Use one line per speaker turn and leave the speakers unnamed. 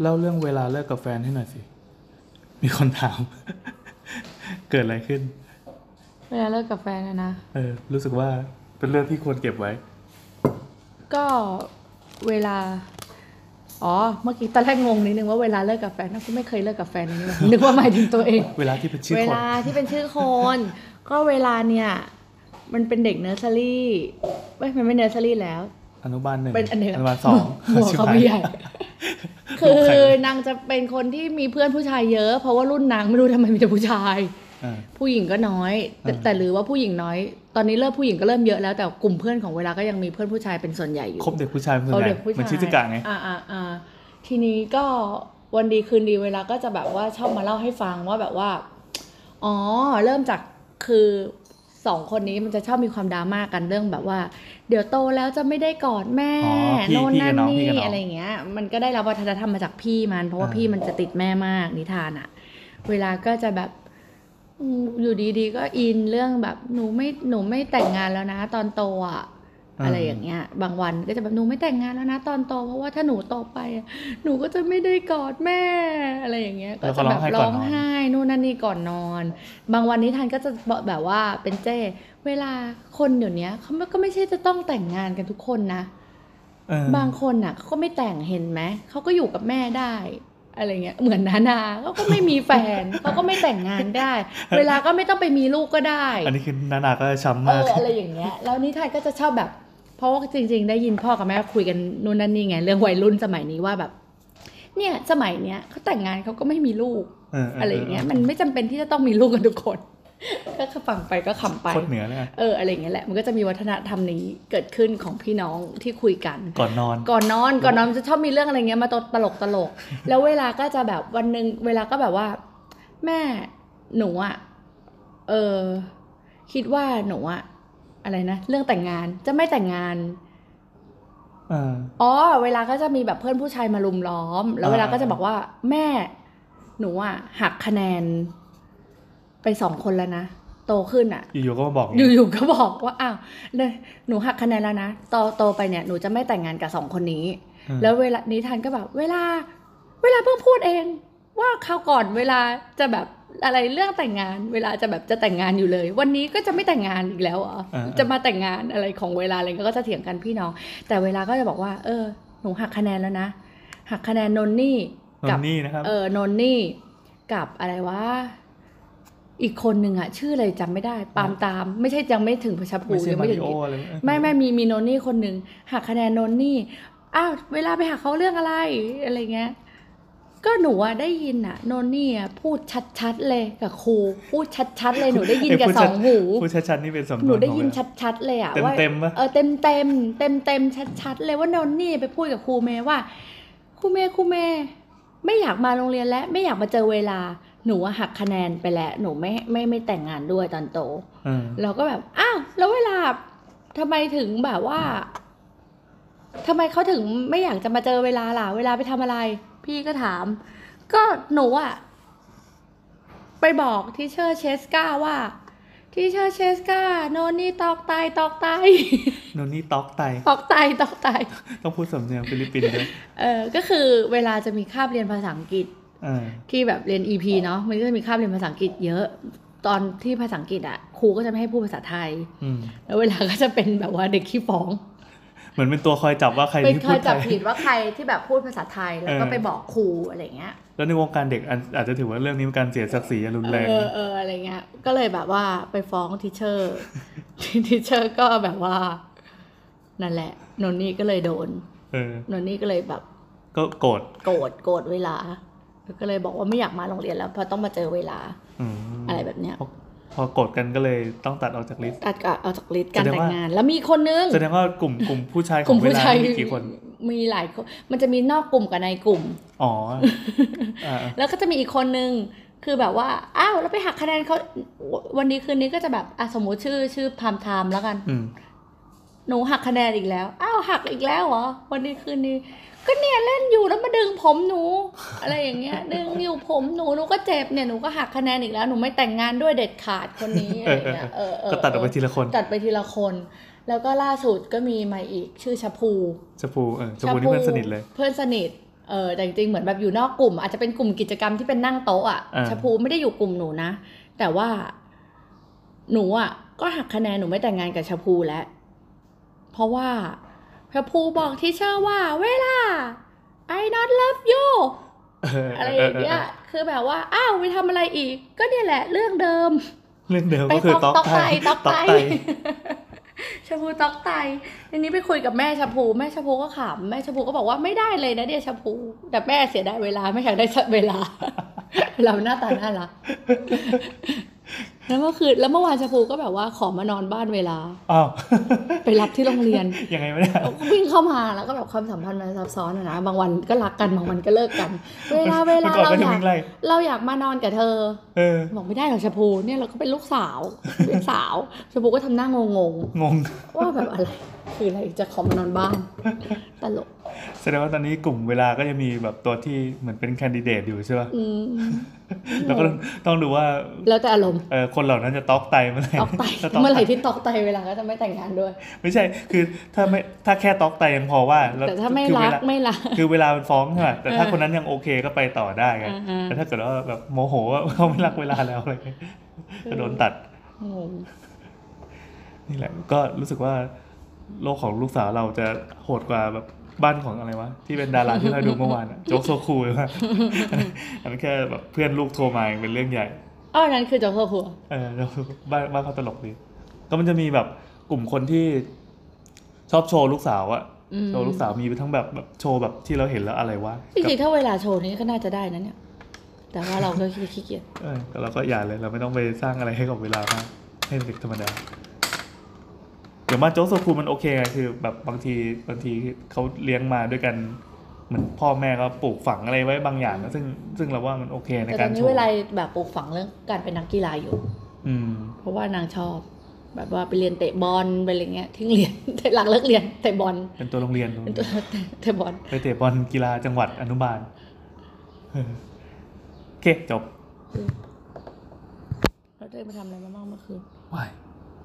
เล่าเรื่องเวลาเลิกกับแฟนให้หน่อยสิ มีคนถาม เกิดอะไรขึ้น
เวลาเลิกกับแฟนอะนะ
เออ รู้สึกว่าเป็นเรื่องที่ควรเก็บไว้
ก็เวลา อ๋อ เมื่อกี้ตอนแรกงงนิดนึงว่าเวลาเลิกกับแฟนนะกูไม่เคยเลิกกับแฟนเลยนี่หว่า นึกว่าหมายถึงตัวเอง
เวลาที่เป็นชื่อ
เว
คน
ลาที่เป็นชื่อคน ก็เวลาเนี่ย มันเป็นเด็กเนอร์เซอรี่เว้ยมันไม่เนอร์เซอรี่แล้ว
อนุบาลหนึ่ง
เป็นอันหนึ่ง
นุบาลสอง
หัวเขาไม่ใหญ่
ชิ
คื
บหายลูกใร
อนางจะเป็นคนที่มีเพื่อนผู้ชายเยอะ เพราะว่ารุ่นนางไม่รู้ทำไมมีแต่ผู้ชาย
เออ
ผู้หญิงก็น้อย แต่
อ่า
แต่หรือว่าผู้หญิงน้อย ตอนนี้เริ่มผู้หญิงก็เริ่มเยอะแล้วแต่กลุ่มเพื่อนของเวลาก็ยังมีเพื่อนผู้ชายเป็นส่วนใหญ่อยู่
คบเด็กผู้ชายเป็นส่วน
เอา
ใหญ่
เด็กผู้ชาย
มันชิซึกะไง
อ่าอ่าอ่าทีนี้ก็วันดีคืนดีเวลาก็จะแบบว่าชอบมาเล่าให้ฟังว่าแบบว่า อ๋อ เริ่มจากคือสองคนนี้มันจะชอบมีความดราม่ากันเรื่องแบบว่า เดี๋ยวโตแล้วจะไม่ได้กอดแม่
อ๋อพี่
โน่น
พี่กั
นั่
บ
น
น้องพี่
นี่
กับน้อง
อะไรอย่างเงี้ย มันก็ได้รับวัฒนธรรมมาจากพี่มัน เพราะว่า
อ่า
พี่มันจะติดแม่มากนิทานอะเวลาก็จะแบบ อืมอยู่ดีๆ ก็อินเรื่องแบบหนูไม่หนูไม่แต่งงานแล้วนะ ตอนโตอ่ะ
อืม
อะไรอย่างเงี้ย บางวันก็จะแบบหนูไม่แต่งงานแล้วนะ ตอนโต เพราะว่าถ้าหนูโตไปอะหนูก็จะไม่ได้กอดแม่ อะไรอย่างเงี้ย
แล้วก็
จะ
ร้องไห้ก่
แบบร้
อ
อน
นอน
งไห้นู่นนั่นนี่ก่อนนอน บางวันนิทานก็จะแบบว่าเป็นเจ้ เวลาคนเดี๋ยวเนี้ยเขาก็ไม่ใช่จะต้องแต่งงานกันทุกคนนะ
เออบ
างคนน่ะเขาก็ไม่แต่งเห็นไหมเขาก็อยู่กับแม่ได้อะไรเงี้ยเหมือนนานาเขาก็ไม่มีแฟน เขาก็ไม่แต่งงานได้ เวลาก็ไม่ต้องไปมีลูกก็ได้
อันนี้คือนานาก็ช้ำ
เอ
มาก
ออะไรอย่างเงี้ยแล้วนิทานก็จะชอบแบบ เพราะว่าจริง ๆ ได้ยินพ่อกับแม่คุยกันนู่นนั่นนี่ไงเรื่องวัยรุ่นสมัยนี้ว่าแบบ เนี่ยสมัยเนี้ยเขาแต่งงานเขาก็ไม่มีลูก
เออเออ
อะไรอย่างเงี้ยมันไม่จำเป็นที่จะต้องมีลูกกันทุกคน ก็ฟังไปก็ขำไป
โคตรเหนือเลยอะ
เอออะไรอย่างเงี้ยแหละมันก็จะมีวัฒนธรรมนี้เกิดขึ้นของพี่น้องที่คุยกัน
ก่อนนอน
ก่อนนอนก่อนนอนจะชอบมีเรื่องอะไรเงี้ยมาตลกตลกๆแล้วเวลาก็จะแบบวันหนึ่งเวลาก็แบบว่า แม่หนูอะเออคิดว่าหนูอะอะไรนะเรื่องแต่งงานจะไม่แต่งงาน
เออ
อ๋อเวลาก็จะมีแบบเพื่อนผู้ชายมาลุมล้อม แล้วเวลาก็จะบอกว่า แม่ หนูอะหักคะแนน ไปสองคนแล้วนะโตขึ้นอะ
อยู่ๆก็มาบอกไง
อยู่ๆก็บอกว่าอ้าวเนี่ยหนูหักคะแนนแล้วนะโตโตไปเนี่ยหนูจะไม่แต่งงานกับสองคนนี้
เออ
แล้วเวลานิทานก็แบบเวลา เวลาเพิ่งพูดเอง ว่าคราวก่อนเวลาจะแบบอะไรเรื่องแต่งงาน เวลาจะแบบจะแต่งงานอยู่เลย วันนี้ก็จะไม่แต่งงานอีกแล้วเหรอ
อ่า
จะมาแต่งงานอะไรของเวลาอะไรก็จะเถียงกันพี่น้อง แต่เวลาก็จะบอกว่า เออ หนูหักคะแนนแล้วนะหักคะแนนนนนี่
น
กัน บ
นี่นะครับ
เออนนนี่กับอะไรวะอีกคนหนึ่งอะชื่ออะไรจำไม่ได้ ปาล์มตาม ไม่ใช่ยังไม่ถึงพชรภู
ไม่ใช่
ยัง
มา
ไม่ถึ
ริ
ง
โออะไร
ไม่ไม่มีมีนนนี่คนหนึ่งหักคะแนนนนนี่อ้าวเวลาไปหักเขาเรื่องอะไรอะไรเงี้ยก็หนูอะได้ยินอะนนนี่อะพูดชัดๆเลยกับครูพูดชัดๆเลยหนูได้ยินกับสองหู
ผู้ชัดชัดๆนี่เป็นสำนวน
หนูได้ยิน
ของเวลา
ชัดๆเลยอะว่า
เต็มๆปะ
เออเต็มเต็มเต็มเต็มชัดชัดๆเลยว่านนนี่ไปพูดกับครูเมย์ว่าครูเมย์ครูเมย์ไม่อยากมาโรงเรียนและไม่อยากมาเจอเวลาหนูอะหักคะแนนไปแล้ว หนูไม่ไม่ไม่แต่งงานด้วยตอนโต
เออ
เราก็แบบอ้าวแล้วเวลาทำไมถึงแบบว่าทำไมเขาถึงไม่อยากจะมาเจอเวลาล่ะ เวลาไปทำอะไร พี่ก็ถาม ก็หนูอะไปบอกทีเชอร์เชสกาว่าทีเชอร์เชสกาโนนนี่ตอกไตตอกไต
โนนนี่ตอกไต
ตอกไตตอกไต
ต้องพูดสำเนียงฟิลิปปินส์ด้วย
เออก็คือเวลาจะมีคาบเรียนภาษาอังกฤษ
เออ
ที่แบบเรียน EP เนาะมันก็จะมีคาบเรียนภาษาอังกฤษเยอะ ตอนที่ภาษาอังกฤษอะครูก็จะไม่ให้พูดภาษาไทย
อืม
แล้วเวลาก็จะเป็นแบบว่าเด็กขี้ฟ้อง
เหมือนเป็นตัวคอยจับว่าใคร
เป็น
ที่
ค
พู
อย
ดไท
จับ
ย
ผิดว่าใครที่แบบพูดภาษาไทยแล้วก็
เออ
ไปบอกครูอะไรเงี้ย
แล้วในวงการเด็กอันอาจจะถือว่าเรื่องนี้เป็นการเสียศักดิ์ศรีอย่างรุนแรง
เออเอออะไรเงี้ย ก็เลยแบบว่าไปฟ้องทิเชอร์ ทิเชอร์ก็แบบว่า นั่นแหละ นนนี่ก็เลยโดน
เออ
นนนี่ก็เลยแบบ
ก็โกรธ
โกรธโกรธเวลา ก็เลยบอกว่าไม่อยากมาโรงเรียนแล้วเพราะต้องมาเจอเวลา
อืม
อะไรแบบเนี้ย
พอพอโกรธกันก็เลยต้องตัดออกจากลิสต์
ตัดกับเอาจากลิสต์การ
แสดง
แต่ง
ว่า
งาน แล้วมีคนนึง
แสดงว่ากลุ่มกลุ่มผู้ชายข
ก
อ
ลุ่
ง
ม
เว
ผู้
ลา
ชาย
มีกี่คน
มีหลายคนมันจะมีนอกกลุ่มกับในกลุ่ม
อ๋ออ่า
แล้วก็จะมีอีกคนนึงคือแบบว่า อ้าวเราไปหักคะแนนเขาวันนี้คืนนี้ก็จะแบบอ่ะสมมติชื่อชื่อพามไทม์แล้วกัน
อืม
หนูหักคะแนนอีกแล้ว อ้าวหักอีกแล้วเหรอ วันนี้คืนนี้ ก็เนี่ยเล่นอยู่แล้วมาดึงผมหนู อะไรอย่างเงี้ย ดึงอยู่ผมหนูหนูก็เจ็บเนี่ยหนูก็หักคะแนนอีกแล้วหนูไม่แต่งงานด้วยเด็ดขาดคนนี้อะไรอย่างเงี้ยเออเออ
ก็ตัดออกไปทีละคน
ตัดไปทีละคน แล้วก็ล่าสุดก็มีมาอีกชื่อชะพู
ชมพูเออชมพูนี่เพื่อนสนิทเลย
เพื่อนสนิท เออแต่จริงๆเหมือนแบบอยู่นอกกลุ่ม อาจจะเป็นกลุ่มกิจกรรมที่เป็นนั่งโต๊ะอ่ะ
อ่า
ชะพูไม่ได้อยู่กลุ่มหนูนะ แต่ว่าหนูอ่ะ ก็หักคะแนนหนูไม่แต่งงานกับชะพูแล้ว เพราะว่าชะพูบอกที่เชื่อว่า เวลา I not love you
เ
อะไรอย่างเงี้ย คือแบบว่า อ้าวไปทำอะไรอีก ก็เนี่ยแหละ เรื่องเดิม
เรื่องเดิม
ไป
ก็คือ
ต
ต๊
อ
อก กไต
ไตตอก
ต๊
ไต
อกไต
ชาพูตอกไตอันนี้ไปคุยกับแม่ชาพูแม่ชาพูก็ขำแม่ชาพูก็บอกว่าไม่ได้เลยนะเดียชาพู แต่แม่เสียดายเวลาไม่อยากได้เวลา เราหน้าตาน่ารักแล้วเมื่อคืนแล้วเมื่อวานชาพูก็แบบว่าขอมานอนบ้านเวลา
อ้าว
ไปรับที่โรงเรียน
ยังไงวะเนี่ย
วิ่งเข้ามาแล้วก็แบบความสัมพันธ์มันซับซ้อนอะนะบางวันก็รักกันบางวันก็เลิกกัน เวลาเวลา
มื่อก่อน
เรา
ก็
อ
จะ
ยาก
วิ่งไล่
เราอยากมานอนกับเธอ
เออ
บอกไม่ได้หรอกชาพูเนี่ยเราก็เป็นลูกสาว เป็นสาวชาพูก็ทำหน้างงง
ง ง
ๆว่าแบบอะไร คืออะไรจะขอมานอนบ้านตลก
แสดงว่าตอนนี้กลุ่มเวลาก็จะมีแบบตัวที่เหมือนเป็นแคนดิเดตอยู่ใช่ป่ะ
อืม
แล้วก็ต้องต้องดูว่า
แล้วแต่อารม ณ์
เออคนเหล่านั้นจะต๊อกไตเมื่อไหร่
ตอกไต
ถ้าต๊อก
เมื่อไหร่ที่ตอกไตเวลาก็จะไม่แต่งงานด้วย
ไม่ใช่ คือถ้าไม่ถ้าแค่ต๊อกไตยังพอว่าล้ว
แต่ถ้าไม่
คือ
รั
เว
ก
ลา
ไม่รัก
คือเวลามันฟ้องใช่ป่ะแต่ถ้า
เออ
คนนั้นยังโอเคก็ไปต่อได้ไง
อ่าๆ
แต่ถ้าเกิดว่าแบบโมโหว่า เขาไม่รักเวลาแล้วอะไรเงี้ยก็โดนตัด
งง
นี่แหละก็รู้สึกว่าโลกของลูกสาวเราจะโหดกว่าแบบบ้านของอะไรวะที่เป็นดาราที่เราดูเมื่อ วานอะโจ๊กโซคูลว่ะ อันนั้นแค่แบบเพื่อนลูกโทรมาเองเป็นเรื่องใหญ่
อ้อนั้นคือโจกโซหัว
เออแล้วบ้านบ้านเขาตลกดีก็มันจะมีแบบกลุ่มคนที่ชอบโชว์ลูกสาวอะ
อืม
โชว์ลูกสาวมีไปทั้งแบบแบบโชว์แบบที่เราเห็นแล้วอะไรวะ
จริงๆถ้าเวลาโชว์นี้ก็น่าจะได้นะเนี่ย แต่ว่าเราก็ขี้เกียจ
เออแต่เราก็อย่าเลยเราไม่ต้องไปสร้างอะไรให้กับเวลามากให้เป็นเด็กธรรมดาเดี๋ยวมาโจ๊กโซคูลมันโอเคไงคือ แบบบางทีบางทีเขาเลี้ยงมาด้วยกัน เหมือนพ่อแม่ก็ปลูกฝังอะไรไว้บางอย่างนะซึ่งซึ่งเราว่ามันโอเคใน
แต่ต
กา
อ
ร
น
โช
นี้
ว์
เวลาแบบปลูกฝังเรื่องการเป็นนักกีฬาอยู่
อืม
เพราะว่านางชอบ แบบว่าไปเรียนเตะบอลไปอะไรเงี้ยทิ้งเรียน หลังเลิกเรียนเตะบอล
เป็นตัวโรงเรียนโรง
เป็น
เรี
ตั
ย
วน เตะบอล
ไปเตะบอลกีฬาจังหวัดอนุบาล เออโอเคจบ
เราได้ไปทำอะไรมาบ้างเมื่อคืน
ว้าย